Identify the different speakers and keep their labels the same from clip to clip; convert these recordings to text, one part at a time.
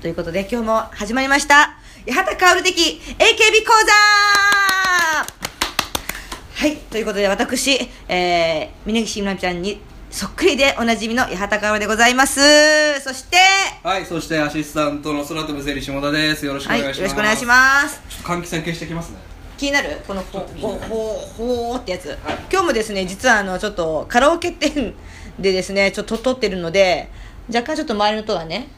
Speaker 1: ということで、今日も始まりました。八幡薫的 AKB 講座はい、ということで私、えー、峯岸みなみちゃんにそっくりでおなじみの八幡薫でございます。そして、
Speaker 2: はい、そしてアシスタントの空飛ぶセリ下田です。よろしくお
Speaker 1: はい、
Speaker 2: 願
Speaker 1: よろ
Speaker 2: いしま
Speaker 1: し
Speaker 2: す。
Speaker 1: くお願いします。
Speaker 2: す。換気扇消してきますね。
Speaker 1: 気になるこのほほほほーってやつ、
Speaker 2: はい
Speaker 1: 今日もですね実はあのちょっとカラオケ店でですねちょっと撮ってるので若干ちょっと周りの音がね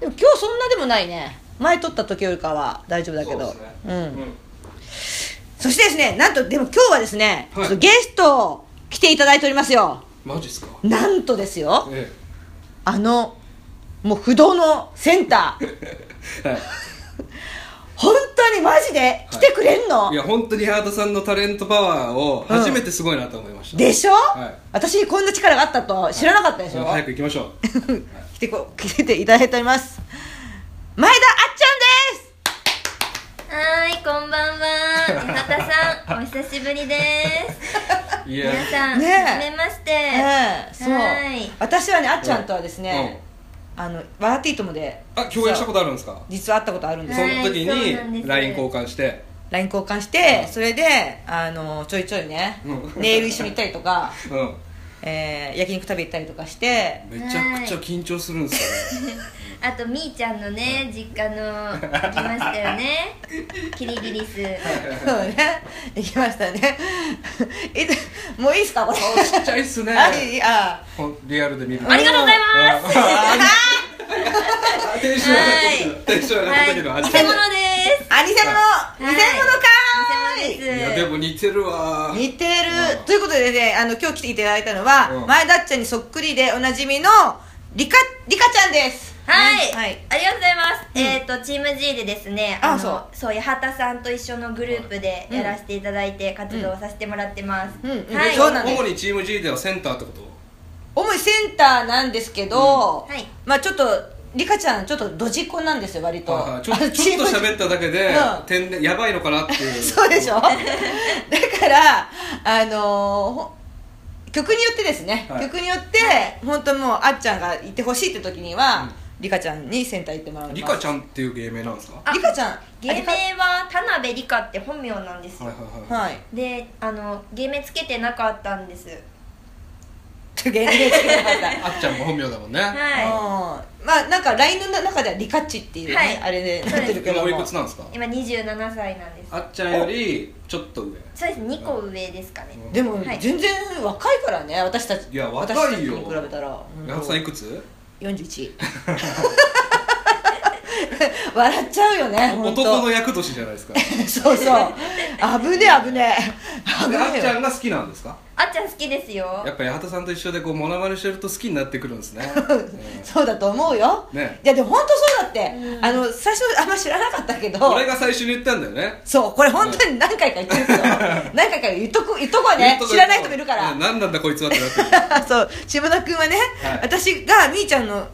Speaker 1: でも今日そんなでもないね前撮った時よりかは大丈夫だけど
Speaker 2: そうです
Speaker 1: う
Speaker 2: ね
Speaker 1: ん、そしてですねなんとでも今日はですね、
Speaker 2: はい
Speaker 1: ちょっとゲストを来ていただいておりますよ
Speaker 2: マジっすか。
Speaker 1: なんとですよ
Speaker 2: え
Speaker 1: あのもう不動のセンター
Speaker 2: え。は
Speaker 1: 本当にマジで来てくれんの、
Speaker 2: い。いや本当にハートさんのタレントパワーを初めてすごいなと思いました。
Speaker 1: でしょ、
Speaker 2: はい
Speaker 1: 私にこんな力があったと知らなかったでしょ、
Speaker 2: 早く行きましょう。
Speaker 1: 来てこ来ていただいております前田あっちゃんです
Speaker 3: はーい、こんばんは。八幡さん、お久しぶりです。
Speaker 2: いや
Speaker 3: 皆。さん、
Speaker 1: ねえ
Speaker 3: はじめまして。
Speaker 1: ええそう
Speaker 3: はい
Speaker 1: 私はねあっちゃんとはですね
Speaker 2: うん
Speaker 1: 「あの笑っていいとも」で
Speaker 2: あ共演したことあるんですか。
Speaker 1: 実は会ったことあるんです
Speaker 2: そ
Speaker 1: よ
Speaker 2: の時
Speaker 3: はいそうなんで
Speaker 2: に
Speaker 3: す
Speaker 2: LINE 交換して。
Speaker 1: LINE 交換してそれであのちょいちょいね
Speaker 2: うん
Speaker 1: ネイル一緒に行ったりとか、
Speaker 2: うん。
Speaker 1: えー、焼肉食べ行ったりとかして
Speaker 2: めちゃくちゃ緊張するんですよね。
Speaker 3: あと、みーちゃんのね、実家の、来ましたよね。キリギリス。
Speaker 1: そうね行きましたね いつもういいですかこれ
Speaker 2: 顔 ちっちゃいっすね。
Speaker 1: あいいあ
Speaker 2: ほんリアルで見ると。
Speaker 3: ありがとうございます。
Speaker 2: す。あテンション上が
Speaker 3: は
Speaker 2: っ
Speaker 3: い
Speaker 2: た。テンション上がったけど
Speaker 3: はい、
Speaker 2: 初
Speaker 3: 偽
Speaker 2: めて
Speaker 3: 物です。
Speaker 1: あ偽物、偽物かーい
Speaker 3: 偽物です。
Speaker 2: いやでも似てるわー
Speaker 1: 似てる、
Speaker 2: うん
Speaker 1: ということでねあの今日来ていただいたのは、
Speaker 2: うん
Speaker 1: 前田っちゃんにそっくりでおなじみのりかりかちゃんです
Speaker 3: はい、
Speaker 1: はい
Speaker 3: ありがとうございます、
Speaker 1: うん
Speaker 3: えっ、とチーム G でですね
Speaker 1: あ
Speaker 3: の
Speaker 1: そう
Speaker 3: そう八幡さんと一緒のグループで
Speaker 1: うん
Speaker 3: やらせていただいて活動をさせてもらってます、
Speaker 1: うんうん
Speaker 3: はい、
Speaker 1: そうなんです
Speaker 2: 主にチーム G ではセンターってこと
Speaker 1: 主にセンターなんですけど、
Speaker 3: うんはい
Speaker 1: まあちょっとりかちゃんちょっとドジっ子なんですよ割と、
Speaker 2: はいはいちょっとちょっと喋っただけで、
Speaker 1: うん
Speaker 2: 天然やばいのかなっていう
Speaker 1: そうでしょ だからあのーほ曲によってですね、
Speaker 2: はい
Speaker 1: 曲によって本当もうあっちゃんが行ってほしいって時には、りかちゃんにセンター行ってもらう
Speaker 2: リカち
Speaker 1: ゃ
Speaker 2: ゃんっていう芸名なんですかは
Speaker 3: あ
Speaker 1: りかちゃん
Speaker 3: 芸名
Speaker 1: あ
Speaker 3: は田辺理香って本名なんです
Speaker 2: いは
Speaker 3: よ、
Speaker 2: いはい
Speaker 1: りかはい
Speaker 3: であの芸名つけてなかったんです
Speaker 1: 芸名つけなかった
Speaker 2: あっちゃんも本名だもんね、
Speaker 3: はい
Speaker 1: うんまあなんか LINE の中ではリカッチっていうね、
Speaker 3: はい
Speaker 1: あれでなってるけ
Speaker 2: 今
Speaker 1: ど
Speaker 2: お
Speaker 1: も
Speaker 2: いくつなんですか
Speaker 3: 今27歳なんです
Speaker 2: あっちゃんよりちょっと上
Speaker 3: そうです2個上ですかね
Speaker 1: でも
Speaker 3: はい
Speaker 1: 全然若いからね私たち
Speaker 2: いや若いよ
Speaker 1: 私たちに比べたら
Speaker 2: 矢作さんいくつ
Speaker 1: 41笑っちゃうよね本当
Speaker 2: 男の役年じゃないですかで
Speaker 1: そうそう危ね危ね危
Speaker 2: あっ
Speaker 1: ね
Speaker 2: ちゃ
Speaker 1: よ
Speaker 2: んが好きなんですか
Speaker 3: あっちゃん好きですよ
Speaker 2: やっぱ八幡さんと一緒でこうモノマネしてると好きになってくるんですね、うん
Speaker 1: そうだと思うよ、
Speaker 2: ね
Speaker 1: いやでも本当そうだって、
Speaker 3: うん
Speaker 1: あの最初あんま知らなかったけど
Speaker 2: 俺が最初に言ったんだよね
Speaker 1: そうこれ本当に何回か言ってるけど何回か言っとく言っとこうね
Speaker 2: 言うと
Speaker 1: 知らない人もいるから、
Speaker 2: うん何なんだこいつはってなってる
Speaker 1: そう島田君はね、
Speaker 2: はい
Speaker 1: 私がみーちゃんの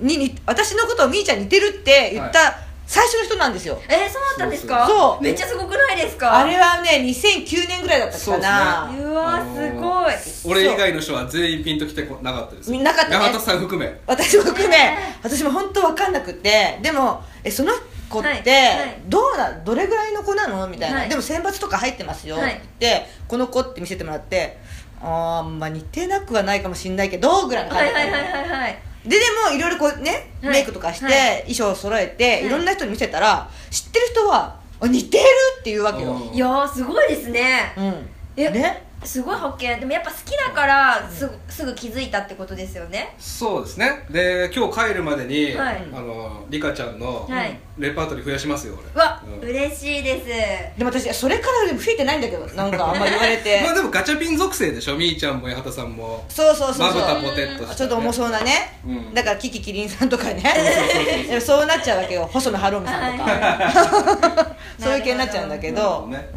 Speaker 1: にに私のことをみーちゃんに似てるって言った最初の人なんですよ、
Speaker 3: えー、そうだったんですか
Speaker 1: そうそう
Speaker 3: めっちゃすごくないですか
Speaker 1: あれはね2009年ぐらいだった
Speaker 2: そ
Speaker 1: か
Speaker 2: うで
Speaker 1: な、
Speaker 2: すね
Speaker 3: うわーす
Speaker 2: 俺以外の人は全員ピンときてこなかったです
Speaker 1: みなかったね
Speaker 2: 八幡さん含め
Speaker 1: 私も含め私も本当わかんなくてでもえその子って
Speaker 3: はいはい
Speaker 1: どうなどれぐらいの子なのみたいな、
Speaker 3: はい
Speaker 1: でも選抜とか入ってますよ、
Speaker 3: はい
Speaker 1: って言ってこの子って見せてもらってあーまあ似てなくはないかもしんないけどぐらいの
Speaker 3: は
Speaker 1: 感
Speaker 3: い
Speaker 1: じだっ
Speaker 3: は
Speaker 1: た
Speaker 3: い
Speaker 1: の
Speaker 3: はいはいはい
Speaker 1: ででもいろいろこうね、
Speaker 3: はい
Speaker 1: メイクとかして、
Speaker 3: はい
Speaker 1: 衣装を揃えて、
Speaker 3: はい
Speaker 1: い、ろんな人に見せたら知ってる人はあ似てるっていうわけよ、
Speaker 2: うん
Speaker 3: いやーすごいですね
Speaker 1: うん
Speaker 3: え
Speaker 1: ね
Speaker 3: すごい発見でもやっぱ好きだからすぐすぐ気づいたってことですよね
Speaker 2: そうですねで今日帰るまでに、
Speaker 3: はい
Speaker 2: あのリカちゃんの
Speaker 3: はい
Speaker 2: レパートリー増やしますよ
Speaker 3: う
Speaker 2: 俺
Speaker 3: わ、
Speaker 2: うん
Speaker 3: 嬉しいです
Speaker 1: でも私それからでも増えてないんだけどなんかあ んまり言われて
Speaker 2: まあでもガチャピン属性でしょみーちゃんも八幡さんも
Speaker 1: そうそうそう
Speaker 2: ま
Speaker 1: そ
Speaker 2: ぶた
Speaker 1: う
Speaker 2: ポテッとした、ね、
Speaker 1: ちょっと重そうなね、
Speaker 2: うん
Speaker 1: だからキキキリンさんとかねでもそうなっちゃうわけよ細野晴臣さんとか、 そういう系になっちゃうんだけ
Speaker 2: なるほ
Speaker 1: ど
Speaker 2: ね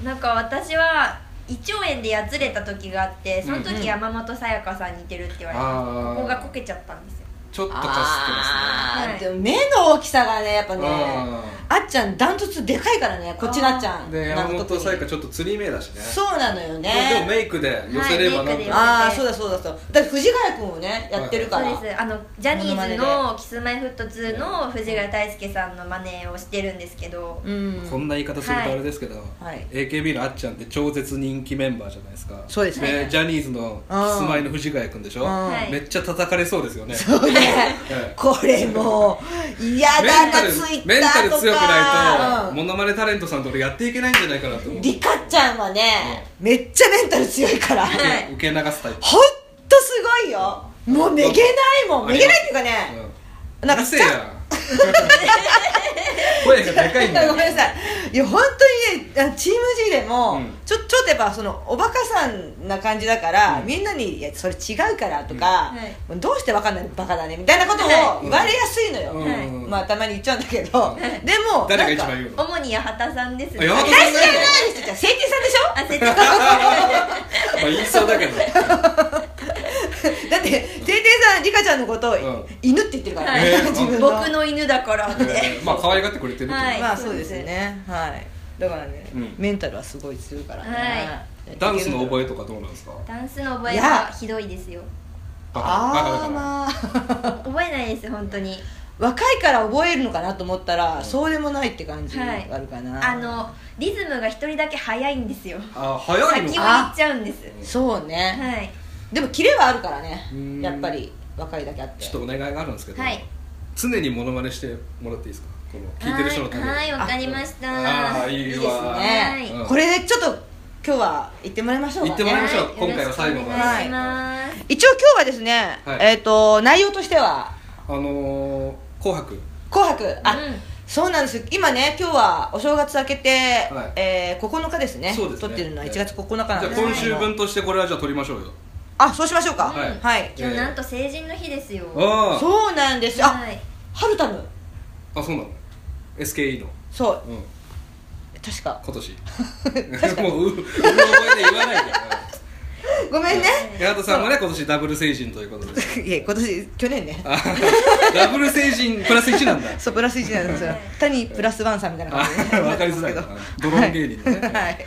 Speaker 1: うん
Speaker 3: なんか私は胃腸炎でやつれた時があってその
Speaker 1: うんうん
Speaker 3: 時山本さやかさんに似てるって言われて、
Speaker 2: あー
Speaker 3: ここがこけちゃったんですよ
Speaker 2: ちょっとかすってますね
Speaker 1: あー
Speaker 3: はいはい
Speaker 1: でも目の大きさがねやっぱね
Speaker 2: うん
Speaker 1: あっちゃんダントツでかいからねこっちのあっちゃん
Speaker 2: で
Speaker 1: なんか
Speaker 2: 山
Speaker 1: 特
Speaker 2: 本
Speaker 1: に
Speaker 2: 彩香ちょっと釣り目だしね
Speaker 1: そうなのよね
Speaker 2: でもメイクで寄せればな
Speaker 3: は
Speaker 2: ん
Speaker 3: いメイクで
Speaker 2: か
Speaker 1: ああそうだそうだそうだって藤ヶ谷君をねやってるか
Speaker 3: そう
Speaker 1: ら、
Speaker 3: ですあのジャニ
Speaker 1: モノマ
Speaker 3: ー
Speaker 1: ネ
Speaker 3: ズ
Speaker 1: で
Speaker 3: のキスマイフット2の藤ヶ谷太輔さんのマネをしてるんですけど、
Speaker 1: うん
Speaker 2: こんな言い方するとあれですけど、
Speaker 1: はい
Speaker 2: AKB のあっちゃんって超絶人気メンバーじゃないですか
Speaker 1: そうですね
Speaker 2: ジャニーズのキスマイの藤ヶ谷君でし
Speaker 1: う
Speaker 2: ょ、
Speaker 1: ん
Speaker 3: はい
Speaker 2: めっちゃ叩かれそうですよね
Speaker 1: そうね
Speaker 2: はい
Speaker 1: これもう嫌
Speaker 2: メ
Speaker 1: だ
Speaker 2: ンタ
Speaker 1: な
Speaker 2: ル
Speaker 1: ツイッターとか
Speaker 2: メンタル強くないと、
Speaker 1: うん
Speaker 2: モノマネタレントさんと俺やっていけないんじゃないかなと思う
Speaker 1: リカちゃんはね、めっちゃメンタル強いから、
Speaker 2: 受け受け流すタイプ
Speaker 1: ほんとすごいよもうめげないもん
Speaker 2: あ
Speaker 1: め
Speaker 2: り
Speaker 1: げ
Speaker 2: ます
Speaker 1: ないっていうかね、なんか
Speaker 2: うるせえ や声がでかいんだよ
Speaker 1: ごめんなさいいや本当にねあのチーム G でも、
Speaker 2: うん
Speaker 1: ちょちょっとやっぱそのおバカさんな感じだから、
Speaker 2: うん
Speaker 1: みんなに「いやそれ違うから」とか、
Speaker 3: うんはい
Speaker 1: もうどうしてわかんないのバカだね」みたいなことを
Speaker 3: はい
Speaker 1: 言われやすいのよ、
Speaker 2: うん
Speaker 1: まあたまに言っちゃうんだけど、でも
Speaker 2: 誰が一
Speaker 1: なん
Speaker 2: 番
Speaker 1: か
Speaker 2: 言うの
Speaker 3: 主に八幡さんです
Speaker 2: あ八幡
Speaker 1: 私じゃ
Speaker 2: さん
Speaker 1: ないですじゃあ聖天さんでしょ
Speaker 3: あせては
Speaker 2: まあ言いそうだけど
Speaker 1: だって聖天さんリカちゃんのことを、
Speaker 2: ん
Speaker 1: 犬って言ってるからね、
Speaker 2: えー
Speaker 1: 自分の
Speaker 3: 僕の犬だからって
Speaker 2: えーまあ可愛がってくれてるけど、
Speaker 3: はい
Speaker 1: まあそうですよねはいだからね、
Speaker 2: うん
Speaker 1: メンタルはすごい強いからね、
Speaker 3: は
Speaker 2: ダンスの覚
Speaker 1: え
Speaker 2: えとかどうなんですか
Speaker 3: ダンスの覚え
Speaker 1: いや
Speaker 3: がひどいですよ
Speaker 2: バ
Speaker 1: あ
Speaker 2: カ
Speaker 1: あ
Speaker 2: バカだから
Speaker 1: まあ
Speaker 3: 覚えないです本当に
Speaker 1: 若いから覚えるのかなと思ったら、そうでもないって感じが
Speaker 3: はい
Speaker 1: あるかな、
Speaker 3: あのリズムが一人だけ早いんですよ
Speaker 2: あー早い
Speaker 3: 先
Speaker 2: の
Speaker 3: を
Speaker 2: か
Speaker 3: 行っちゃうんです
Speaker 1: そうね、
Speaker 3: はい
Speaker 1: でもキレはあるからね
Speaker 2: うん
Speaker 1: やっぱり若いだけあって
Speaker 2: ちょっとお願いがあるんですけど、
Speaker 3: はい
Speaker 2: 常にモノマネしてもらっていいですかこの聞いてる人のために
Speaker 3: はいはいわかりました
Speaker 2: ああいいわ
Speaker 1: ね、
Speaker 2: うん
Speaker 1: これでちょっと今日は行ってもらいましょうか、ね、
Speaker 2: 行ってもらいましょう
Speaker 3: は
Speaker 2: 今回は最後まで
Speaker 3: よろしくお願いします
Speaker 1: 一応今日はですね、
Speaker 2: はい
Speaker 1: えっ、と内容としては
Speaker 2: あのー「紅白」
Speaker 1: 「紅白」あ、
Speaker 3: うん
Speaker 1: そうなんです今ね今日はお正月明けて、
Speaker 2: はい
Speaker 1: えー9日ですね
Speaker 2: そうですね
Speaker 1: 撮ってるのは1月9日なん
Speaker 2: じゃあ
Speaker 1: ですけど
Speaker 2: 今週分としてこれはじゃあ取りましょうよ
Speaker 1: あそうしましょうか
Speaker 2: はい
Speaker 1: はい
Speaker 3: 今日なんと成人の日ですよ
Speaker 2: あー
Speaker 1: そうなんですよあ、
Speaker 3: はい
Speaker 1: ハルタム
Speaker 2: あそうなの SKE の、
Speaker 1: そう
Speaker 2: うん、
Speaker 1: 確 か
Speaker 2: 今年もうううろ覚えで言わないで
Speaker 1: ごめんね
Speaker 2: 八幡さんもね今年ダブル成人ということで
Speaker 1: いや今年去年ね
Speaker 2: あダブル成人プラス1なんだ
Speaker 1: そうプラス1なんですよ
Speaker 3: はい
Speaker 1: 谷プラスワンさんみたいな感じ
Speaker 2: あわかりづらいなドローン芸人ね
Speaker 1: はいはい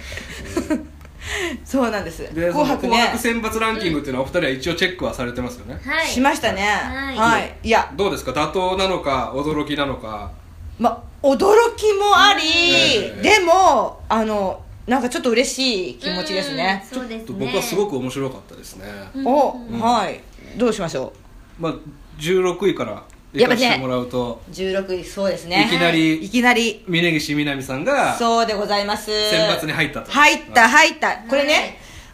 Speaker 1: そうなんです
Speaker 2: で
Speaker 1: 紅白
Speaker 2: その紅
Speaker 1: ね
Speaker 2: 白選抜ランキングっていうのはお二人は一応チェックはされてますよね、
Speaker 3: はい
Speaker 1: しましたね
Speaker 3: はい
Speaker 1: はいいや
Speaker 2: どうですか妥当なのか驚きなのか
Speaker 1: ま驚きもあり
Speaker 2: うん
Speaker 1: でもあのなんかちょっと嬉しい気持ちですね
Speaker 3: うんそうですね
Speaker 2: 僕はすごく面白かったですね、
Speaker 3: うん
Speaker 1: お
Speaker 3: うん
Speaker 1: はいどうしましょ
Speaker 2: まあ16位から理
Speaker 1: やっぱ
Speaker 2: 解
Speaker 1: ね
Speaker 2: してもらうと、
Speaker 1: う16位そうですね
Speaker 2: いきなり
Speaker 1: いきなり
Speaker 2: 峯岸みなみさんが
Speaker 1: そうでございます
Speaker 2: 選抜に入ったと
Speaker 1: 入った入ったこれね、
Speaker 3: はい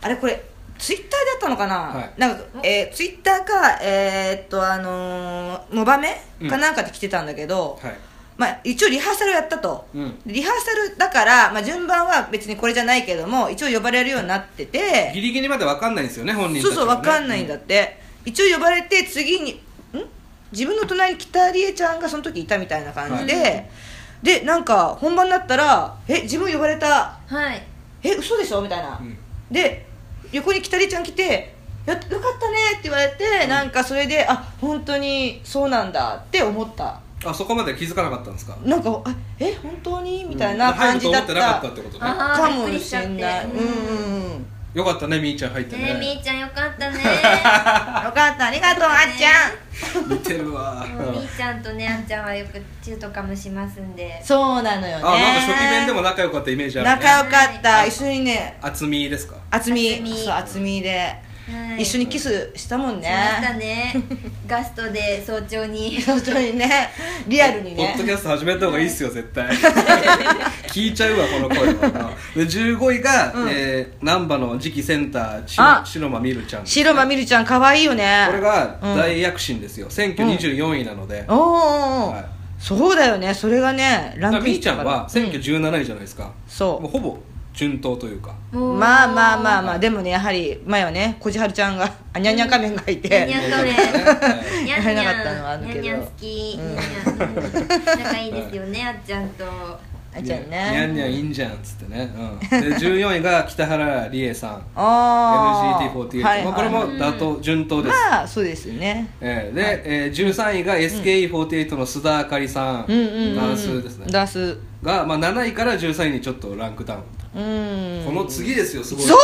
Speaker 1: あれこれツイッターだったのかな、
Speaker 2: はい
Speaker 1: なんか、えー、ツイッターかえーっとあのー、モバメ
Speaker 2: うん
Speaker 1: かなんかで来てたんだけど、
Speaker 2: はい
Speaker 1: まあ、一応リハーサルをやったと、
Speaker 2: うん
Speaker 1: リハーサルだから、まあ、順番は別にこれじゃないけども一応呼ばれるようになってて
Speaker 2: ギリギリまで分かんないんですよね本人
Speaker 1: そ
Speaker 2: た
Speaker 1: う
Speaker 2: ち
Speaker 1: そう
Speaker 2: はね
Speaker 1: 分かんないんだって、一応呼ばれて次にん自分の隣に北理恵ちゃんがその時いたみたいな感じで、でなんか本番になったら「え自分呼ばれた
Speaker 3: はい
Speaker 1: え嘘でしょみたいな、
Speaker 2: うん
Speaker 1: で横にきたりちゃん来てやよかったねって言われて、なんかそれであ本当にそうなんだって思った
Speaker 2: あそこまで気づかなかったんですか
Speaker 1: なんかあえ本当にみたいな感じだった,、
Speaker 2: 入ると思ってなかったってことね
Speaker 3: あー
Speaker 1: かもしれ
Speaker 3: びっくりしち
Speaker 1: な
Speaker 3: ゃ
Speaker 1: い
Speaker 3: っ
Speaker 1: う
Speaker 3: て
Speaker 1: んうんうんよ
Speaker 2: よかったねみーちゃん入って
Speaker 3: ねえみ
Speaker 2: ね
Speaker 3: ーちゃんよ かったね
Speaker 1: かったありがとうあっちゃん
Speaker 2: 似てるわ
Speaker 3: もうみーちゃんとねあんちゃんはよく中とかもしますんで
Speaker 1: そうなのよ
Speaker 2: あ
Speaker 1: ね
Speaker 2: なんか初期面でも仲良かったイメージあるね
Speaker 1: 仲良かった、
Speaker 2: はい
Speaker 1: 一緒にね
Speaker 2: 厚みですか
Speaker 1: 厚み
Speaker 3: 渥美
Speaker 1: そう厚みで、
Speaker 3: はい
Speaker 1: 一緒にキスしたもん
Speaker 3: しました
Speaker 1: ね
Speaker 3: ねガストで早朝に
Speaker 1: 本当にねリアルに
Speaker 2: ポ
Speaker 1: ね
Speaker 2: ッドキャスト始めた方がいいっすよ 絶対聞いちゃうわこの声はで15位が、
Speaker 1: うん
Speaker 2: えー難波の次期センターし
Speaker 1: あ
Speaker 2: 白間みるちゃん
Speaker 1: 白間みるちゃん可愛いよね
Speaker 2: これが
Speaker 1: うん
Speaker 2: 大躍進ですよ、1924位なので、
Speaker 1: おーおーおー、
Speaker 2: はい
Speaker 1: そうだよねそれがねランク
Speaker 2: み
Speaker 1: イ
Speaker 2: ー
Speaker 1: ン
Speaker 2: ちゃんは
Speaker 1: したから
Speaker 2: 1917位じゃないですか、
Speaker 1: そう
Speaker 2: もうほぼ順当というか
Speaker 1: う
Speaker 3: も
Speaker 1: ん
Speaker 3: う
Speaker 1: まあまあまあまあでもねやはり前はねこじはるちゃんがあにゃにゃ仮面がいて
Speaker 3: にゃんとね
Speaker 2: はい
Speaker 3: にゃん
Speaker 1: 会え
Speaker 3: に
Speaker 1: なか
Speaker 3: ゃ
Speaker 1: ったのはあ
Speaker 3: ん
Speaker 1: る
Speaker 3: に
Speaker 1: け
Speaker 3: ゃ
Speaker 1: ど
Speaker 3: んにゃん好きにゃんにゃん仲いいですよねあっちゃんと
Speaker 1: あいちゃん
Speaker 2: にゃん
Speaker 1: ね
Speaker 2: にゃんいいんじゃんっつってね、うん、で14位が北原理恵さん
Speaker 1: ああ
Speaker 2: LGT48、
Speaker 1: はい
Speaker 2: まあ、これも
Speaker 1: はい
Speaker 2: 妥当、順当です、
Speaker 1: まあそうですね
Speaker 2: えーで、えー13位が SKE48 の須田あかりさん、
Speaker 1: うんうんうん
Speaker 2: ダンスですね
Speaker 1: ダンス
Speaker 2: が、まあ、7位から13位にちょっとランクダウン、
Speaker 1: うん
Speaker 2: この次ですよすごい
Speaker 1: そう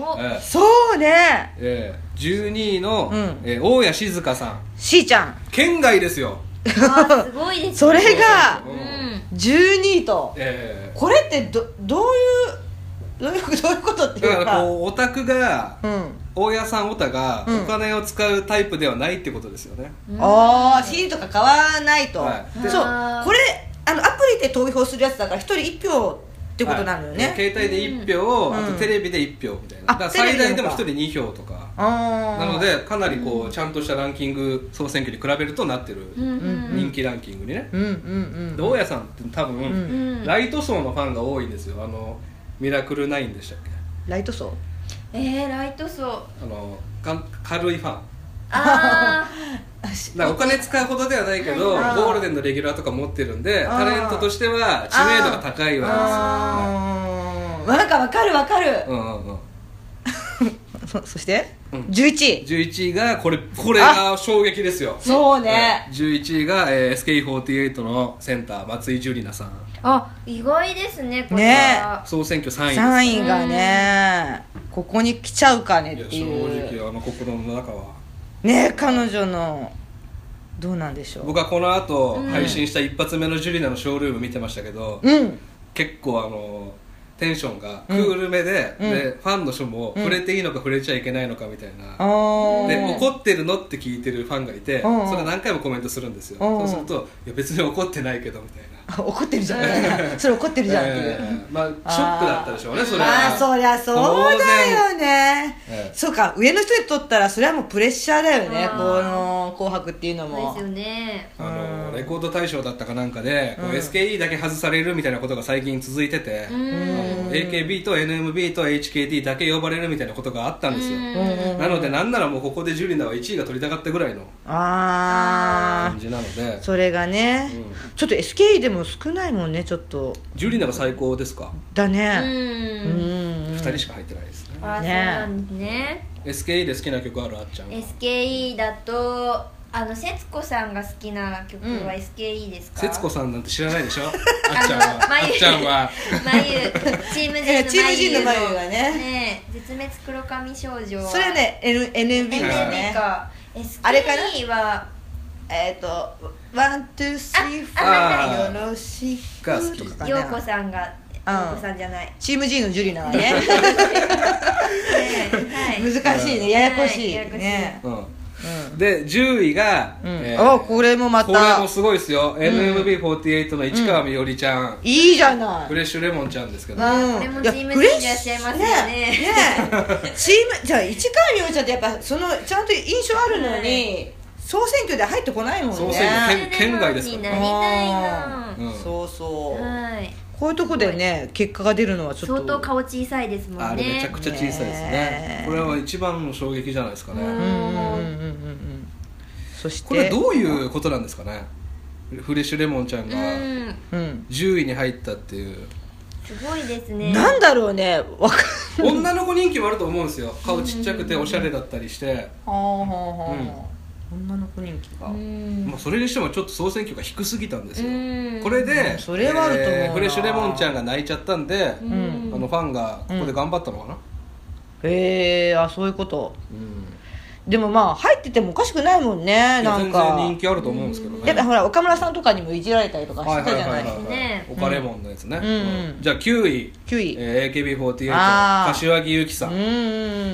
Speaker 3: お、
Speaker 2: え
Speaker 1: そうね
Speaker 2: ーえー12位の、
Speaker 1: うん
Speaker 2: えー大谷静香さん
Speaker 1: しーちゃん
Speaker 2: 県外ですよ
Speaker 3: あ すごいですね
Speaker 1: それが
Speaker 2: うん
Speaker 3: うん
Speaker 1: 12位と
Speaker 2: え
Speaker 1: これってどどういうどう いうどういうことって
Speaker 2: ー
Speaker 1: い
Speaker 2: だ
Speaker 1: う
Speaker 2: から
Speaker 1: か
Speaker 2: こうオタクが
Speaker 1: うん
Speaker 2: 大家さんオタが
Speaker 1: うん
Speaker 2: お金を使うタイプではないってことですよね、
Speaker 3: うん
Speaker 1: ああ CD とか買わないと、
Speaker 2: はい
Speaker 3: で
Speaker 1: そう
Speaker 3: あー
Speaker 1: これあのアプリで投票するやつだから一人1票ってことなのよね、
Speaker 2: はい携帯で1票、
Speaker 1: うん
Speaker 2: あとテレビで1票みたい
Speaker 1: あ
Speaker 2: なだから最大でも1
Speaker 1: テ
Speaker 2: 人2票とか
Speaker 1: あー
Speaker 2: なのでかなりこうちゃんとしたランキング総選挙に比べるとなってる
Speaker 3: うんうん
Speaker 2: 人気ランキングにね
Speaker 1: うんうん
Speaker 2: で
Speaker 1: うん
Speaker 2: 大家さんって多分、
Speaker 1: ん
Speaker 3: うん
Speaker 2: ライト層のファンが多いんですよあのミラクル9でしたっけ
Speaker 1: ライト層
Speaker 3: えー、ライト層
Speaker 2: あのか軽いファン
Speaker 3: あー
Speaker 2: だからお金使うほどではないけどゴ
Speaker 1: はい
Speaker 2: ールデンのレギュラーとか持ってるんで
Speaker 1: あー
Speaker 2: タレントとしては知名度が高いわ
Speaker 1: あーなんかわかるわか
Speaker 2: けです
Speaker 1: る、
Speaker 2: よ、うんうんうん、
Speaker 1: そそして、
Speaker 2: うん
Speaker 1: 11位
Speaker 2: 11位がこれこれが衝撃ですよ
Speaker 1: そう
Speaker 2: え
Speaker 1: ね、
Speaker 2: 11位が、えー SK48 のセンター松井樹里奈さん
Speaker 3: あ意外ですねこれ
Speaker 1: ね
Speaker 3: は
Speaker 2: 総選挙3位
Speaker 1: 三
Speaker 2: 位
Speaker 1: 3位がねここに来ちゃうかねっ
Speaker 2: いや
Speaker 1: て
Speaker 2: 正
Speaker 1: いう
Speaker 2: 直あの心の中は
Speaker 1: ね彼女のどうなんでしょう
Speaker 2: 僕はこの後配信した一発目のジュリナのショールーム見てましたけど、
Speaker 1: うん
Speaker 2: 結構あのテンションがクールめで,、
Speaker 1: うん
Speaker 2: でファンの人も触れていいのか触れちゃいけないのかみたい
Speaker 1: あ
Speaker 2: な、
Speaker 1: ー
Speaker 2: で怒ってるのって聞いてるファンがいて、
Speaker 1: うん
Speaker 2: それ何回もコメントするんですよ、
Speaker 1: うん
Speaker 2: そうすると「いや別に怒ってないけど」みたいな。
Speaker 1: あ怒ってるじゃんみた いなそれ怒ってるじゃんっていう、
Speaker 2: えーまあショックだったでしょうねそれは
Speaker 1: まあそりゃそうだよね、
Speaker 2: ええ
Speaker 1: そうか上の人にとったらそれはもうプレッシャーだよね
Speaker 3: あー
Speaker 1: この「紅白」っていうの
Speaker 3: そう
Speaker 1: も
Speaker 3: ですよね
Speaker 2: あ
Speaker 1: う
Speaker 2: の
Speaker 1: ん
Speaker 2: レコード大賞だったかなんかで、こう
Speaker 1: うん
Speaker 2: SKE だけ外されるみたいなことが最近続いてて、
Speaker 3: う
Speaker 2: あ
Speaker 3: ん
Speaker 2: の AKB と NMB と HKT だけ呼ばれるみたいなことがあったんですよ、
Speaker 3: うん
Speaker 1: うん
Speaker 2: なのでなんならもうここでジュリナは1位が取りたかったぐらいの
Speaker 1: あ
Speaker 2: 感じなので
Speaker 1: あそれがね、
Speaker 2: う
Speaker 1: ちょっと SKE でも少ないもんねちょっと
Speaker 2: ジュリナが最高ですか、
Speaker 1: だ
Speaker 3: う
Speaker 1: ねうん
Speaker 3: ん
Speaker 1: うん
Speaker 2: 2人しか入ってないですね
Speaker 3: あそう
Speaker 1: ね
Speaker 3: なんですね
Speaker 2: SKE で好きな曲あるあっちゃんは
Speaker 3: SKE だとあの節子さんが好きな曲
Speaker 1: うん
Speaker 3: は SKE ですか、
Speaker 2: 節子さんなんて知らない でしょあっちゃん
Speaker 3: あの
Speaker 2: はあ
Speaker 3: 眉
Speaker 2: っちゃんは
Speaker 3: 眉チーム
Speaker 1: えー
Speaker 3: 人の
Speaker 1: チーム
Speaker 3: 眉
Speaker 1: G の眉がね
Speaker 3: ねえ絶滅黒髪少女は
Speaker 1: それね N- NMB だ
Speaker 3: NMB
Speaker 1: よ
Speaker 2: は
Speaker 1: ね
Speaker 3: か
Speaker 1: あれかな
Speaker 3: SKE は
Speaker 1: えっ、ー、と「ワン・ツー・スリー・フォ
Speaker 2: ああ
Speaker 1: ーよろしく」
Speaker 2: が好き
Speaker 1: とかね
Speaker 3: 陽子さんが
Speaker 1: うん
Speaker 3: 陽子さんじゃない、ね
Speaker 1: チーム G のジュリナはね
Speaker 3: えはい
Speaker 1: 難しいねややこしい
Speaker 3: はいややこしい
Speaker 1: ね
Speaker 2: う
Speaker 1: うん
Speaker 2: ん、で10位が、
Speaker 1: うん
Speaker 2: えー
Speaker 1: あこれもまた
Speaker 2: これもすごいですよ、NMB48 の市川みよりちゃん、
Speaker 1: いいじゃない
Speaker 2: フレッシュレモンちゃんですけど、
Speaker 1: うん
Speaker 3: これも
Speaker 1: いや
Speaker 3: チーム
Speaker 1: フレッ
Speaker 3: G でいらっしゃいますよね
Speaker 1: ねねチームじゃあ市川美桜ちゃんってやっぱそのちゃんと印象あるのに、
Speaker 3: はい
Speaker 1: 総選挙で入ってこないもんね
Speaker 2: 総選挙県県外ですか
Speaker 3: に
Speaker 2: ら
Speaker 3: な
Speaker 2: ね
Speaker 3: りたいな
Speaker 1: うん
Speaker 2: うん
Speaker 1: そうそう、
Speaker 3: はい
Speaker 1: こういうとこでね結果が出るのはちょっと
Speaker 3: 相当顔小さいですもんね
Speaker 2: あれめちゃくちゃ小さいですね
Speaker 1: ね
Speaker 2: これは一番の衝撃じゃないですかね、
Speaker 3: うん
Speaker 1: うんうんうんうんうんそして
Speaker 2: これどういうことなんですかねフレッシュレモンちゃんが
Speaker 3: うん
Speaker 1: うん、
Speaker 2: 10位に入ったっていう、
Speaker 3: すごいですね
Speaker 1: なんだろうねわかん
Speaker 2: 女の子人気もあると思うんですよ顔ちっちゃくておしゃれだったりして、
Speaker 1: はあはあ、女の子人気が、
Speaker 3: うん
Speaker 2: まあ、それにしてもちょっと総選挙が低すぎたんですよ、
Speaker 3: うん
Speaker 2: これで、
Speaker 1: うんそれはあると思うな
Speaker 2: えーフレッシュレモンちゃんが泣いちゃったんで、
Speaker 3: うん
Speaker 1: う
Speaker 2: あのファンがここで頑張ったのかな、
Speaker 1: へえあそういうこと
Speaker 2: うん
Speaker 1: でもまあ入っててもおかしくないもんね
Speaker 2: いや
Speaker 1: なんか
Speaker 2: 全然人気あると思うんですけどね
Speaker 1: やっぱほら岡村さんとかにもいじられたりとか
Speaker 2: はい
Speaker 1: し
Speaker 2: はい
Speaker 1: たじ
Speaker 2: は
Speaker 1: ゃ
Speaker 2: いは
Speaker 1: ないい
Speaker 3: ね
Speaker 2: オカレモンのやつね、
Speaker 1: うん
Speaker 2: じゃあ9位、
Speaker 1: 9位
Speaker 2: えー AKB48
Speaker 1: あー
Speaker 2: 柏木由紀さ、
Speaker 1: うん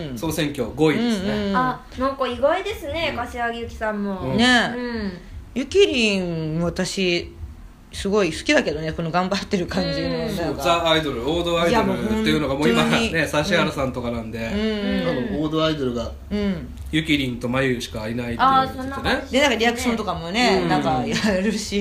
Speaker 1: んうん
Speaker 2: 総選挙5位ですね、
Speaker 1: うんうん
Speaker 3: あなんか意外ですね柏木由紀さんも、
Speaker 2: うん
Speaker 1: ねえ
Speaker 3: うん
Speaker 1: ゆきりん私すごい好きだけどねこの頑張ってる感じの
Speaker 3: うん
Speaker 1: な
Speaker 2: そ
Speaker 1: ん
Speaker 2: う
Speaker 1: か
Speaker 2: ザ・アイドル王道アイドルっていうのがもう
Speaker 1: い
Speaker 2: 今
Speaker 1: やもう本当に
Speaker 2: ね指原さんとかなんで、
Speaker 1: うんうん
Speaker 3: うん
Speaker 2: 王道アイドルが
Speaker 1: うん
Speaker 2: ゆきりんとまゆゆしかいないっていうや
Speaker 3: あー
Speaker 2: つ
Speaker 3: そんな
Speaker 2: ね
Speaker 3: 感じ
Speaker 1: でなんかリアクションとかもね、
Speaker 2: うん
Speaker 1: なんかやるし、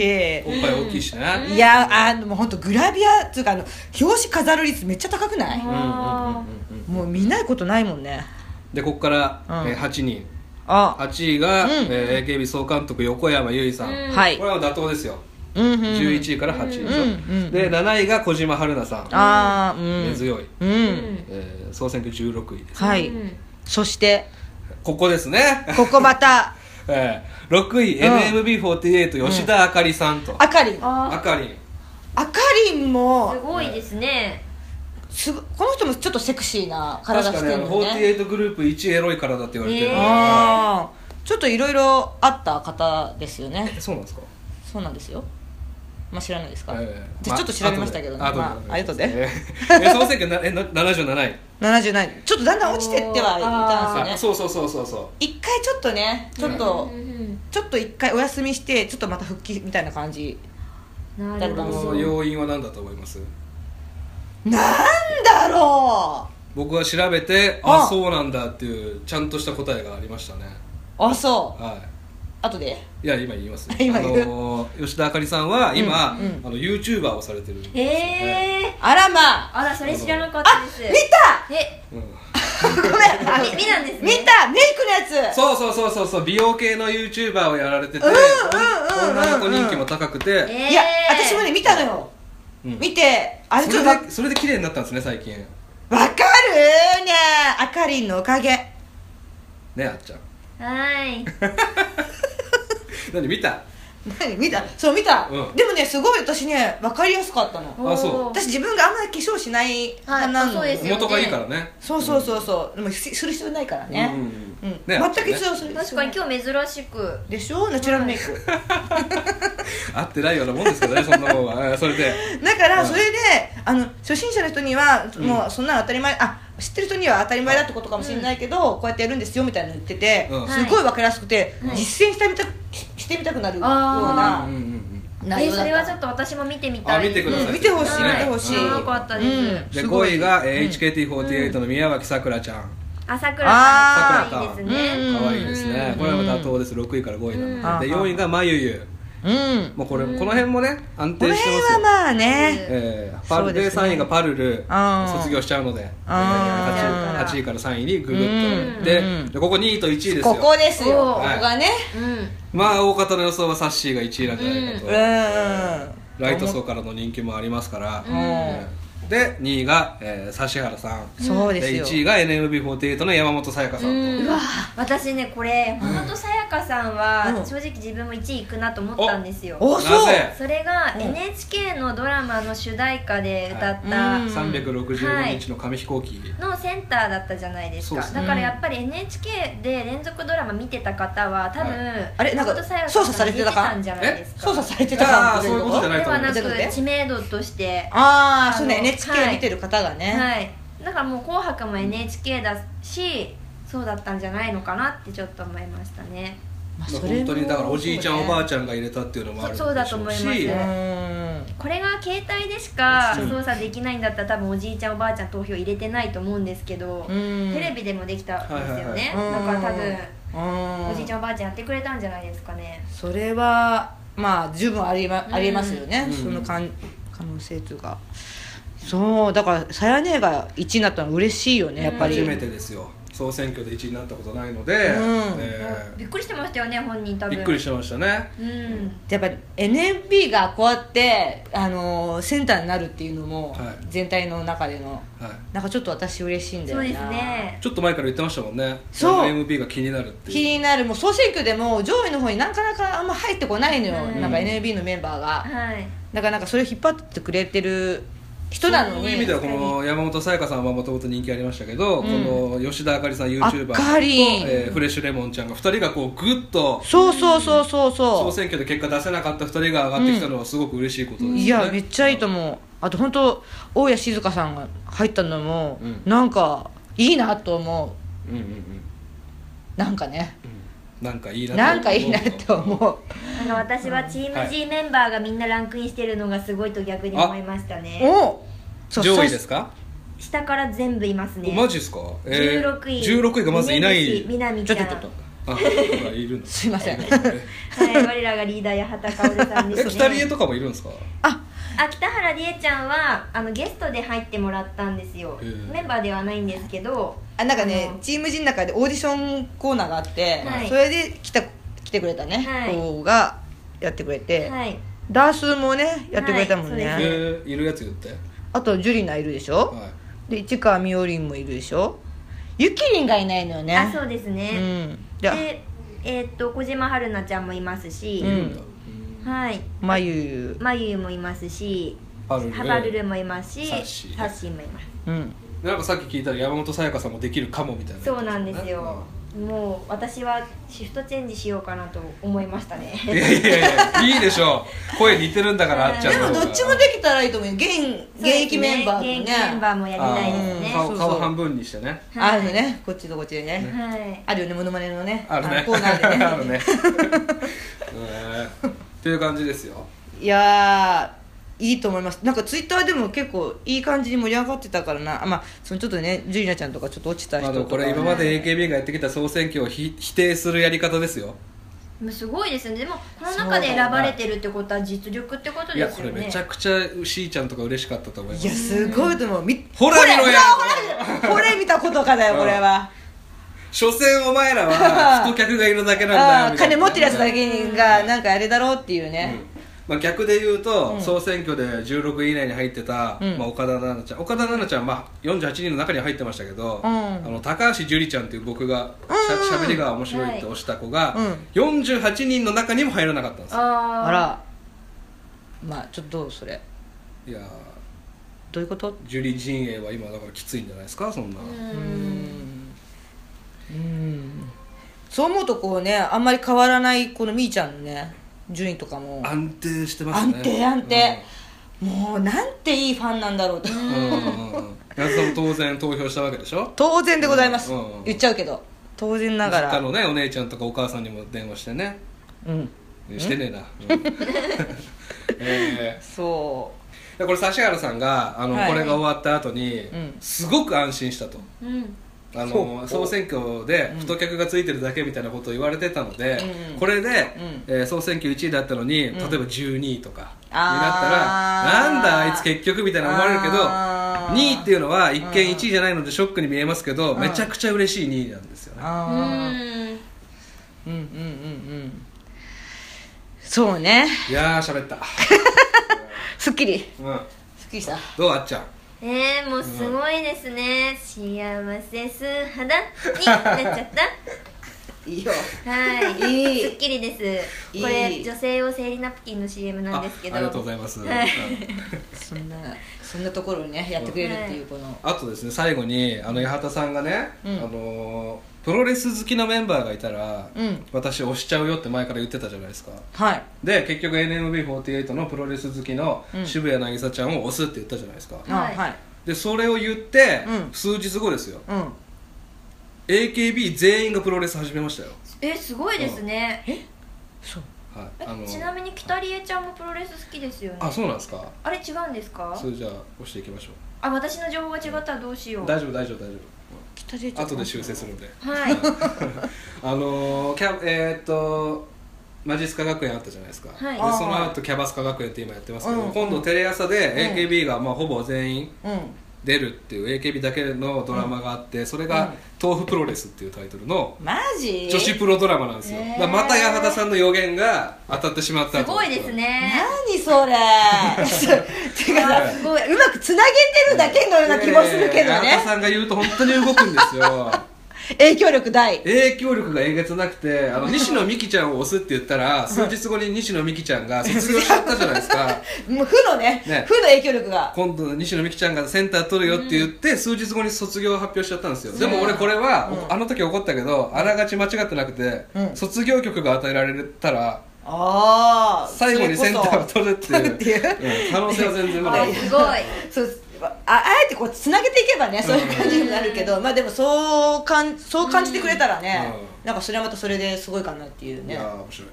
Speaker 2: おっぱい大きいしね、
Speaker 1: いやあのもう本当グラビアっていうかあの表紙飾る率めっちゃ高くない、
Speaker 2: うんうんうんうん
Speaker 3: あ
Speaker 2: うん
Speaker 1: もう見ないことないもんね
Speaker 2: でここから、
Speaker 1: うん
Speaker 2: えー8人
Speaker 1: あ
Speaker 2: 8位が、
Speaker 1: うん
Speaker 2: えー AKB 総監督横山由依さん、
Speaker 3: うん
Speaker 1: はい
Speaker 2: これは妥当ですよ
Speaker 1: うんうんうん
Speaker 2: 11位から8位でしょ、
Speaker 1: うんうんうん
Speaker 2: で7位が小島春菜さん
Speaker 1: ああうん
Speaker 2: 根強い、
Speaker 1: うん、
Speaker 2: えー総選挙16位です
Speaker 1: はい、
Speaker 3: うん
Speaker 1: そして
Speaker 2: ここですね、
Speaker 1: ここまた
Speaker 2: えー、6位、NMB48 吉田あかりさんと、
Speaker 1: あかりんあ
Speaker 2: あ
Speaker 3: あ
Speaker 2: かりん
Speaker 1: かりん
Speaker 3: す
Speaker 1: も
Speaker 3: ごいですね
Speaker 1: すごこの人もちょっとセクシーな体
Speaker 2: 確
Speaker 1: し
Speaker 2: か
Speaker 1: て
Speaker 2: ね
Speaker 1: る
Speaker 2: あ
Speaker 1: の
Speaker 2: の
Speaker 1: ね
Speaker 2: 48グループ一エロい体って言われてる、
Speaker 3: ね
Speaker 1: あーちょっといろいろあった方ですよね
Speaker 2: えそうなんですか
Speaker 1: そうなんですよまあ知らないですか、
Speaker 2: えー
Speaker 1: じゃあちょっと調べましたけどね
Speaker 2: あ後で
Speaker 1: まあありがとうね
Speaker 2: えーえ総選挙なえな77位
Speaker 1: 77ちょっとだんだん落ちてってはいたんで
Speaker 2: あ
Speaker 1: すよね
Speaker 2: そうそうそうそうそ
Speaker 1: 一回ちょっとねちょっ
Speaker 3: う
Speaker 1: と、
Speaker 3: ん
Speaker 1: ちょっと一回お休みしてちょっとまた復帰みたいな感じ
Speaker 3: な
Speaker 1: だっ
Speaker 3: る
Speaker 2: う
Speaker 1: たん
Speaker 2: こ
Speaker 1: で
Speaker 3: ほ
Speaker 1: す
Speaker 2: の
Speaker 1: よ
Speaker 3: ど
Speaker 2: 要因は何だと思います
Speaker 1: なんだろ
Speaker 2: 僕は調べてあ
Speaker 1: あ
Speaker 2: そうなんだっていうちゃんとした答えがありましたね
Speaker 1: うあそう
Speaker 2: は
Speaker 1: 後で
Speaker 2: いいや今言います
Speaker 1: 今言う
Speaker 2: あのー吉田あかりさんは今、
Speaker 1: うんうん
Speaker 2: あの YouTuber をされてるんですよね、
Speaker 3: へえ
Speaker 1: あらまあ
Speaker 3: あらそれ知らなかったです
Speaker 1: 見た
Speaker 3: え
Speaker 2: うん
Speaker 1: ごめん あ
Speaker 3: み見たんですね
Speaker 1: 見たメイクのやつ
Speaker 2: そうそうそうそうそう美容系の YouTuber をやられてて、
Speaker 1: うんうんうんうん
Speaker 2: 女の子人気も高くて、
Speaker 3: えー
Speaker 1: いや私もね見たのよ
Speaker 2: うん
Speaker 1: 見てあれ
Speaker 2: そ
Speaker 1: ちょっ
Speaker 2: れ
Speaker 1: とわわ
Speaker 2: でそれで綺麗になったんですね最近
Speaker 1: かるねあかりんのおかげ
Speaker 2: ねあっちゃん
Speaker 3: はい
Speaker 2: 何見た
Speaker 1: 何見たそう見た
Speaker 2: うん
Speaker 1: でもねすごい私ねわかりやすかったの
Speaker 2: あそう
Speaker 3: おー
Speaker 1: 私自分があんまり化粧しない派なの
Speaker 3: はいあそうですよね
Speaker 2: 元がいいからね
Speaker 1: そうそうそうそうでもしする必要ないからねう
Speaker 2: う
Speaker 1: ん
Speaker 2: うんうん
Speaker 1: ん
Speaker 2: ね
Speaker 1: 全
Speaker 2: あ
Speaker 1: く
Speaker 2: っちゃんね
Speaker 1: 必要する
Speaker 3: 確かに今日珍しく
Speaker 1: でしょナチュラルメイク
Speaker 2: 合ってないようなもんですけどねそんなもんは えーそれで
Speaker 1: だか
Speaker 2: う
Speaker 1: ら
Speaker 2: ん
Speaker 1: それで、あの初心者の人には
Speaker 2: ん
Speaker 1: もうそんなの当たり前、あ知ってる人には当たり前だってことかもしれないけど、こうやってやるんですよみたいなの言ってて、
Speaker 2: うん
Speaker 1: すごい分かりやすくて、
Speaker 3: はい
Speaker 1: 実践してみたししてみたくなるよう
Speaker 2: う
Speaker 1: なん
Speaker 2: うん
Speaker 1: 内
Speaker 3: え
Speaker 1: 容だ
Speaker 3: そ
Speaker 1: っ
Speaker 3: れ
Speaker 1: た
Speaker 3: はちょっと私も見てみた
Speaker 2: あ
Speaker 3: い
Speaker 2: 見てください
Speaker 1: うん見てほしい
Speaker 3: は
Speaker 1: 見てほしい
Speaker 3: 知らなかったです、
Speaker 1: うん
Speaker 2: です
Speaker 1: ごい
Speaker 2: 5位が、えー
Speaker 1: うん
Speaker 2: HKT48 の宮脇さくらちゃん
Speaker 3: 朝倉さん
Speaker 2: あー
Speaker 3: いいですね
Speaker 1: うん
Speaker 2: 可愛いですね
Speaker 1: うん
Speaker 2: これは妥当です6位から5位なのでで
Speaker 1: うん
Speaker 2: 4位がまゆゆ
Speaker 1: うん
Speaker 2: もうこれこの辺もね安
Speaker 1: こ
Speaker 2: 定
Speaker 1: の
Speaker 2: して
Speaker 1: 辺
Speaker 2: ます
Speaker 1: は
Speaker 2: よ
Speaker 1: まあね、
Speaker 2: えー、パ
Speaker 1: そ
Speaker 2: ル
Speaker 1: う
Speaker 2: で
Speaker 1: ですね
Speaker 2: 3位がパルル
Speaker 1: あー
Speaker 2: 卒業しちゃうので、えー
Speaker 1: あー
Speaker 2: 8, 位8位から3位にググッ
Speaker 1: う
Speaker 2: と
Speaker 1: ん
Speaker 2: で
Speaker 1: うん
Speaker 2: でここ2位と1位ですよ
Speaker 1: ここですよ
Speaker 3: お
Speaker 1: こ
Speaker 2: ー
Speaker 1: こがね、
Speaker 3: うん
Speaker 2: まあ大方の予想はサッシーが1位なんじゃないかと、
Speaker 1: うん
Speaker 2: ライト層からの人気もありますから、
Speaker 1: うん
Speaker 2: えーで2位が、えー、指原さん
Speaker 1: そうですよ
Speaker 2: 1位が NMB48 の山本さやかさんと、
Speaker 3: うん私ねこれ山本さやかさん
Speaker 1: う
Speaker 3: は
Speaker 1: ん
Speaker 3: 正直自分も1位いくなと思ったんですよ
Speaker 1: お
Speaker 2: な
Speaker 1: そう
Speaker 2: ぜ
Speaker 3: それが
Speaker 1: うん
Speaker 3: NHK のドラマの主題歌で歌っ
Speaker 1: は
Speaker 3: た
Speaker 1: いうん
Speaker 2: 365日の紙飛行機、
Speaker 3: のセンターだったじゃないです
Speaker 2: そう
Speaker 3: か
Speaker 2: ですね
Speaker 3: だからやっぱり NHK で連続ドラマ見てた方は多分
Speaker 1: あれなんか
Speaker 3: 山本さやさん
Speaker 1: 操作されてたか
Speaker 3: 見たんじゃないですか
Speaker 1: 操作されてたか
Speaker 2: あーそういうことじゃない
Speaker 3: ではな
Speaker 1: ちょっと待っ
Speaker 3: く
Speaker 1: て
Speaker 3: 知名度として
Speaker 1: ああそう
Speaker 3: あ
Speaker 1: ね
Speaker 3: の
Speaker 1: NHK 見てる方がね、
Speaker 3: はいだからもう「紅白」も NHK だしそうだったんじゃないのかなってちょっと思いましたね
Speaker 1: まあ
Speaker 2: まあ
Speaker 1: それも
Speaker 2: 本当にだからおじいちゃん、おばあ
Speaker 1: ち
Speaker 2: ちゃんが入れたっていうのもあるでし
Speaker 3: そ
Speaker 2: ょ
Speaker 3: う
Speaker 2: う
Speaker 3: だと思います
Speaker 2: し
Speaker 3: ゃん
Speaker 1: ん
Speaker 3: これが携帯でしか
Speaker 2: うん
Speaker 3: 操作できないんだったら多分おじいちゃんおばあちゃん投票入れてないと思うんですけど
Speaker 1: うん
Speaker 3: テレビでもできたんですよね
Speaker 1: はいはい
Speaker 3: だ
Speaker 1: はい
Speaker 3: から多
Speaker 1: う
Speaker 3: 分
Speaker 1: ん
Speaker 3: おじいちゃんおばあちゃんやってくれたんじゃないですかね
Speaker 1: それはまあ十分あり,、ま
Speaker 3: うん
Speaker 1: ありえますよね、
Speaker 2: うん
Speaker 1: そのかん可能性というかそうだからさや姉が1位になったの嬉しいよねやっぱり、
Speaker 2: 初
Speaker 1: う
Speaker 2: め
Speaker 1: ん
Speaker 2: てですよ総選挙で1位になったことないので、え
Speaker 3: びっくりしてましたよね本人多
Speaker 2: ー
Speaker 3: 分
Speaker 2: びっくりしましたね
Speaker 3: うん
Speaker 1: やっぱ NMB がこうやって、あのーセンターになるっていうのも、
Speaker 2: はい
Speaker 1: 全体の中での
Speaker 2: は
Speaker 1: なんかちょっと私嬉しいんだよ
Speaker 3: そう
Speaker 1: な
Speaker 3: ですね
Speaker 2: いちょっと前から言ってましたもんね
Speaker 1: そう
Speaker 2: MB が気になるって
Speaker 1: 気
Speaker 2: いう
Speaker 1: になるもう総選挙でも上位の方になかなかあんま入ってこないのよ、
Speaker 3: うん
Speaker 1: なんか NMB のメンバーが、
Speaker 3: はい
Speaker 1: だからなんかそれを引っ張ってくれてる人なの
Speaker 2: そういう意
Speaker 1: に
Speaker 2: 味ではこの山本彩香さんはもともと人気ありましたけど、この吉田あかりさん YouTuber と
Speaker 1: あかりん
Speaker 2: えーフレッシュレモンちゃんが2人がこうグッと
Speaker 1: そうそうそうそう
Speaker 2: 総
Speaker 1: そ
Speaker 2: 選挙で結果出せなかった2人が上がってきたのはすごく嬉しいことです
Speaker 1: う、
Speaker 2: ね、
Speaker 1: いやめっちゃいいと思うあと本当大家静香さんが入ったのも、
Speaker 2: うん
Speaker 1: なんかいいなと思
Speaker 2: うんうんうん
Speaker 1: うなんかね
Speaker 2: うんなんかいいなと
Speaker 1: なんかいいなって思う
Speaker 3: なんか私はチーム G メンバーがみんなランクインしてるのがすごいと逆に思いましたね
Speaker 1: おそう
Speaker 2: 上位です
Speaker 1: さ
Speaker 2: か
Speaker 3: 下から全部いますね
Speaker 2: マジですか、
Speaker 3: 16位
Speaker 2: 16位がまずいない
Speaker 3: みなみ
Speaker 1: ち
Speaker 3: ち
Speaker 1: ょっ
Speaker 3: ゃ
Speaker 1: と
Speaker 3: ん
Speaker 1: ちょっと
Speaker 2: あいるんだ
Speaker 1: すいません
Speaker 3: はい、我らがリーダーや畑薫 さんで
Speaker 2: え
Speaker 3: すね
Speaker 2: 北理恵とかもいるんですか
Speaker 1: あ
Speaker 3: あ北原理恵ちゃんはあのゲストで入ってもらったんですよ
Speaker 2: へえ
Speaker 3: メンバーではないんですけど
Speaker 1: あなんかね
Speaker 3: あの
Speaker 1: チーム陣の中でオーディションコーナーがあって、
Speaker 3: はい
Speaker 1: それで来た来てくれたね、
Speaker 3: はい
Speaker 1: 子がやってくれて、
Speaker 3: はい
Speaker 1: ダースもねやってくれたもんね、
Speaker 3: はいそうです
Speaker 2: でいるやつ言っては
Speaker 1: あとジュリナいるでしょ、
Speaker 2: い
Speaker 1: で市川みおりんもいるでしょゆきりんがいないのよね
Speaker 3: あそうですね、
Speaker 1: うんで
Speaker 3: でえーっと小島春菜ちゃんもいますし
Speaker 1: う、ん
Speaker 2: いるんだ
Speaker 3: はい
Speaker 1: まゆゆ
Speaker 3: まゆゆもいますし
Speaker 2: パルル
Speaker 3: ハバルルもいますし
Speaker 2: サッシー
Speaker 3: サッシーもいます
Speaker 1: うん
Speaker 2: なんかさっき聞いたら山本さやかさんもできるかもみたいな
Speaker 3: そうなんですよもう私はシフトチェンジしようかなと思いましたね
Speaker 2: いやいやいやいいでしょう声似てるんだからあっちゃん
Speaker 1: で
Speaker 2: の
Speaker 1: も
Speaker 2: 方が
Speaker 1: どっちもできたらいいと思うよ現現役メンバーもね
Speaker 3: 現役メンバーもやりたいで
Speaker 1: ね
Speaker 3: すね
Speaker 2: あー
Speaker 1: そうそ
Speaker 2: 顔
Speaker 1: う
Speaker 2: 顔半分にしてね
Speaker 1: あるねこっちとこっちでね
Speaker 3: はい
Speaker 1: あるよねモノマネのね
Speaker 2: ある
Speaker 1: あ
Speaker 2: ね
Speaker 1: のコーナーでね
Speaker 2: あるねうんっていう感じですよ
Speaker 1: いやーいいと思いますなんかツイッターでも結構いい感じに盛り上がってたからなあまあそのちょっとねジュリナちゃんとかちょっと落ちた
Speaker 2: まあ
Speaker 1: 人
Speaker 2: で
Speaker 1: と
Speaker 2: も
Speaker 1: か、
Speaker 2: これ今まで AKB がやってきた総選挙をひ否定するやり方ですよ
Speaker 3: もうすごいですねでもこの中で選ばれてるってことは実力ってこと
Speaker 2: いや
Speaker 3: です
Speaker 2: こ
Speaker 3: よ
Speaker 2: れ
Speaker 3: ね
Speaker 2: めちゃくちゃしーちゃんとか嬉しかったと思いま
Speaker 1: いや
Speaker 2: す
Speaker 1: すごいと思うみ
Speaker 2: ほら見ろや
Speaker 1: これほらほら見たことかだよこれは
Speaker 2: 所詮お前らは太客がいるだけ
Speaker 1: あ
Speaker 2: なんだよ
Speaker 1: ー
Speaker 2: みたいな
Speaker 1: 金持ってるやつだけがなんかあれだろうっていうね、
Speaker 2: まあ、逆で言うと、総選挙で16位以内に入ってた、
Speaker 1: うん
Speaker 2: まあ、岡田奈々ちゃん岡田奈々ちゃん、まあ、48人の中には入ってましたけど、
Speaker 1: うん
Speaker 2: あの高橋樹里ちゃんっていう僕がしゃしゃべりが面白いって推した子が、
Speaker 1: はい
Speaker 2: 48人の中にも入らなかったんですよ
Speaker 3: あー
Speaker 1: あらまあちょっとどうそれ
Speaker 2: いやー
Speaker 1: どういうこと
Speaker 2: 樹里陣営は今だからきついんじゃないですかそんな、
Speaker 3: う
Speaker 1: うー
Speaker 3: ん
Speaker 1: んうーんそう思うとこうねあんまり変わらないこのみーちゃんのね順位とかも
Speaker 2: 安定してますね
Speaker 1: 安定安定もうなんていいファンなんだろうと
Speaker 2: うんうんうんうん夏さんも当然投票したわけでしょ
Speaker 1: 当然でございます、
Speaker 2: うんうん
Speaker 1: 言っちゃうけど当然なが
Speaker 2: 実家
Speaker 1: ら
Speaker 2: のねお姉ちゃんとかお母さんにも電話してね
Speaker 1: うん
Speaker 2: してねえな、 うんえ
Speaker 1: そ
Speaker 2: ーでこれ指原さんがあの、
Speaker 1: はい
Speaker 2: これが終わった後に、
Speaker 1: ん
Speaker 2: すごく安心したと
Speaker 3: うん
Speaker 1: そ
Speaker 2: あの
Speaker 1: う
Speaker 2: 総選挙で太客がついてるだけみたいなことを言われてたので、
Speaker 1: うん
Speaker 2: これで、
Speaker 1: ん
Speaker 2: えー総選挙1位だったの
Speaker 1: ん
Speaker 2: に、例えば12位とかになったら
Speaker 1: あー
Speaker 2: なんだあいつ結局みたいな思われるけど
Speaker 1: あー
Speaker 2: 2位っていうのは一見1位じゃないのでショックに見えますけど、
Speaker 1: うん
Speaker 2: めちゃくちゃ嬉しい2位なんですよ
Speaker 1: う
Speaker 2: ね、
Speaker 3: う
Speaker 1: あー
Speaker 3: ん
Speaker 1: うんうんうんうんそうね
Speaker 2: いやー喋った、
Speaker 1: すっきり
Speaker 2: うん、
Speaker 1: すっきりした
Speaker 2: どうあっちゃん
Speaker 3: えー、もうすごいですね、幸せ素肌になっちゃっ
Speaker 1: い いよ
Speaker 3: たはい
Speaker 1: いい
Speaker 3: すっきりです
Speaker 1: いい
Speaker 3: これ女性用生理ナプキンの CM なんですけど
Speaker 2: あありがとうございます、
Speaker 3: は
Speaker 2: うん
Speaker 3: い
Speaker 1: そんなそんなところにねやってくれるっていうこの、
Speaker 2: あとですね最後にあの八幡さんがね、
Speaker 1: うん
Speaker 2: あのープロレス好きのメンバーがいたら、
Speaker 1: うん
Speaker 2: 私押しちゃうよって前から言ってたじゃないですか
Speaker 1: はい
Speaker 2: で結局 NMB48 のプロレス好きの
Speaker 1: うん
Speaker 2: 渋谷渚ちゃんを押すって言ったじゃないですか、
Speaker 1: は
Speaker 3: はいい
Speaker 1: はい
Speaker 2: でそれを言って、
Speaker 1: うん
Speaker 2: 数日後ですよ
Speaker 1: うん
Speaker 2: AKB 全員がプロレス始めましたよ、
Speaker 3: えすごいですね、
Speaker 1: そう
Speaker 2: はい、
Speaker 3: え
Speaker 2: のー
Speaker 3: ちなみに北里英ちゃんもプロレス好きですよね
Speaker 2: あそうなんですか
Speaker 3: あれ違うんですか
Speaker 2: それじゃあ押していきましょ
Speaker 3: あ私の情報が違ったらどうしよ
Speaker 2: う
Speaker 3: う
Speaker 2: 大丈夫大丈夫大丈
Speaker 1: 北出ち
Speaker 2: 夫後で修正するんで
Speaker 3: はい
Speaker 2: あのーキャえーっとマジスカ学園あったじゃないですか、
Speaker 3: はい
Speaker 2: で
Speaker 1: あー
Speaker 2: その後キャバスカ学園って今やってますけど、
Speaker 1: うん
Speaker 2: 今度テレ朝で AKB がまあほぼ全員
Speaker 1: うん
Speaker 2: 出るっていう AKB だけのドラマがあってそれが「豆腐プロレス」っていうタイトルの
Speaker 1: マジ
Speaker 2: 女子プロドラマなんですよ、
Speaker 3: えー
Speaker 2: だからまた八幡さんの予言が当たってしまった
Speaker 3: す
Speaker 2: と
Speaker 3: ごいですね
Speaker 1: 何そ れてか
Speaker 3: あ
Speaker 1: さ
Speaker 3: すごいう
Speaker 1: まくつなげてるだけのような気もするけど
Speaker 2: いやいやいや
Speaker 1: ね
Speaker 2: 八幡さんが言うと本当に動くんですよ
Speaker 1: 影響力大
Speaker 2: 影響力がえげつなくてあの西野美紀ちゃんを押すって言ったら数日後に西野美紀ちゃんが卒業しちゃったじゃないですか
Speaker 1: もう負のね
Speaker 2: ね
Speaker 1: 負の影響力が
Speaker 2: 今度西野美紀ちゃんがセンター取るよって言って、数日後に卒業を発表しちゃったんですよでも俺これは、あの時怒ったけどあながち間違ってなくて、
Speaker 1: うん
Speaker 2: 卒業曲が与えられたら
Speaker 1: ああ
Speaker 2: 最後にセンターを取るっていう
Speaker 1: っていう
Speaker 2: うん可能性は全然まだあ
Speaker 3: あ
Speaker 2: る
Speaker 3: すごい
Speaker 1: そうああえてこうつなげていけばねそういう感じになるけど、まあでもそうかんそう感じてくれたらね、
Speaker 2: う
Speaker 1: なんかそれはまたそれですごいかなっていう
Speaker 2: い
Speaker 1: ね
Speaker 2: やー面白い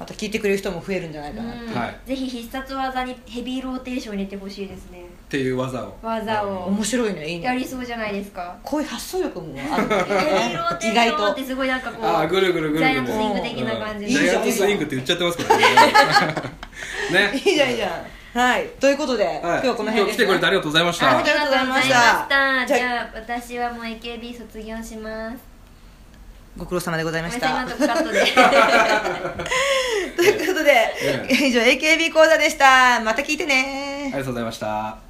Speaker 1: また聞いてくれる人も増えるんじゃないかな、
Speaker 3: うん
Speaker 2: はい
Speaker 3: ぜひ必殺技にヘビーローテーション入れてほしいですね
Speaker 2: っていう技を
Speaker 3: 技を
Speaker 1: 面白いねいい
Speaker 3: やり
Speaker 1: ね
Speaker 3: そうじゃないですか
Speaker 1: こういう発想力もあるんだよ
Speaker 3: ヘビーロー
Speaker 1: ね
Speaker 3: テ
Speaker 1: 意
Speaker 3: ーシ
Speaker 1: 外
Speaker 3: ョンっ
Speaker 1: と
Speaker 3: てすごいなんかこう
Speaker 2: あーぐるぐるぐるぐる
Speaker 3: ジャイアントスイング的な感じ
Speaker 1: いい
Speaker 2: ジ
Speaker 1: じ
Speaker 2: ャイ
Speaker 1: ゃん
Speaker 2: アントスイングって言っちゃってますけどね
Speaker 1: いい
Speaker 2: ね、
Speaker 1: じゃんいいじゃんはいということで、今日はこの辺で
Speaker 2: 今日来
Speaker 1: す
Speaker 2: て
Speaker 1: ね、
Speaker 2: くれてありがとうございまし
Speaker 1: あ
Speaker 2: た
Speaker 1: りがとうございました
Speaker 3: ありがとうございまし
Speaker 1: じ
Speaker 3: たじ
Speaker 1: ゃ
Speaker 3: ゃあ私はもう AKB 卒業します
Speaker 1: ご苦労様でござい
Speaker 3: ご
Speaker 1: ま
Speaker 3: めん
Speaker 1: し
Speaker 3: なさい
Speaker 1: た
Speaker 3: 今のとこカットで
Speaker 1: ということで、え
Speaker 2: 以上 AKB 講座でしたまた聞いてね
Speaker 1: りがとうございました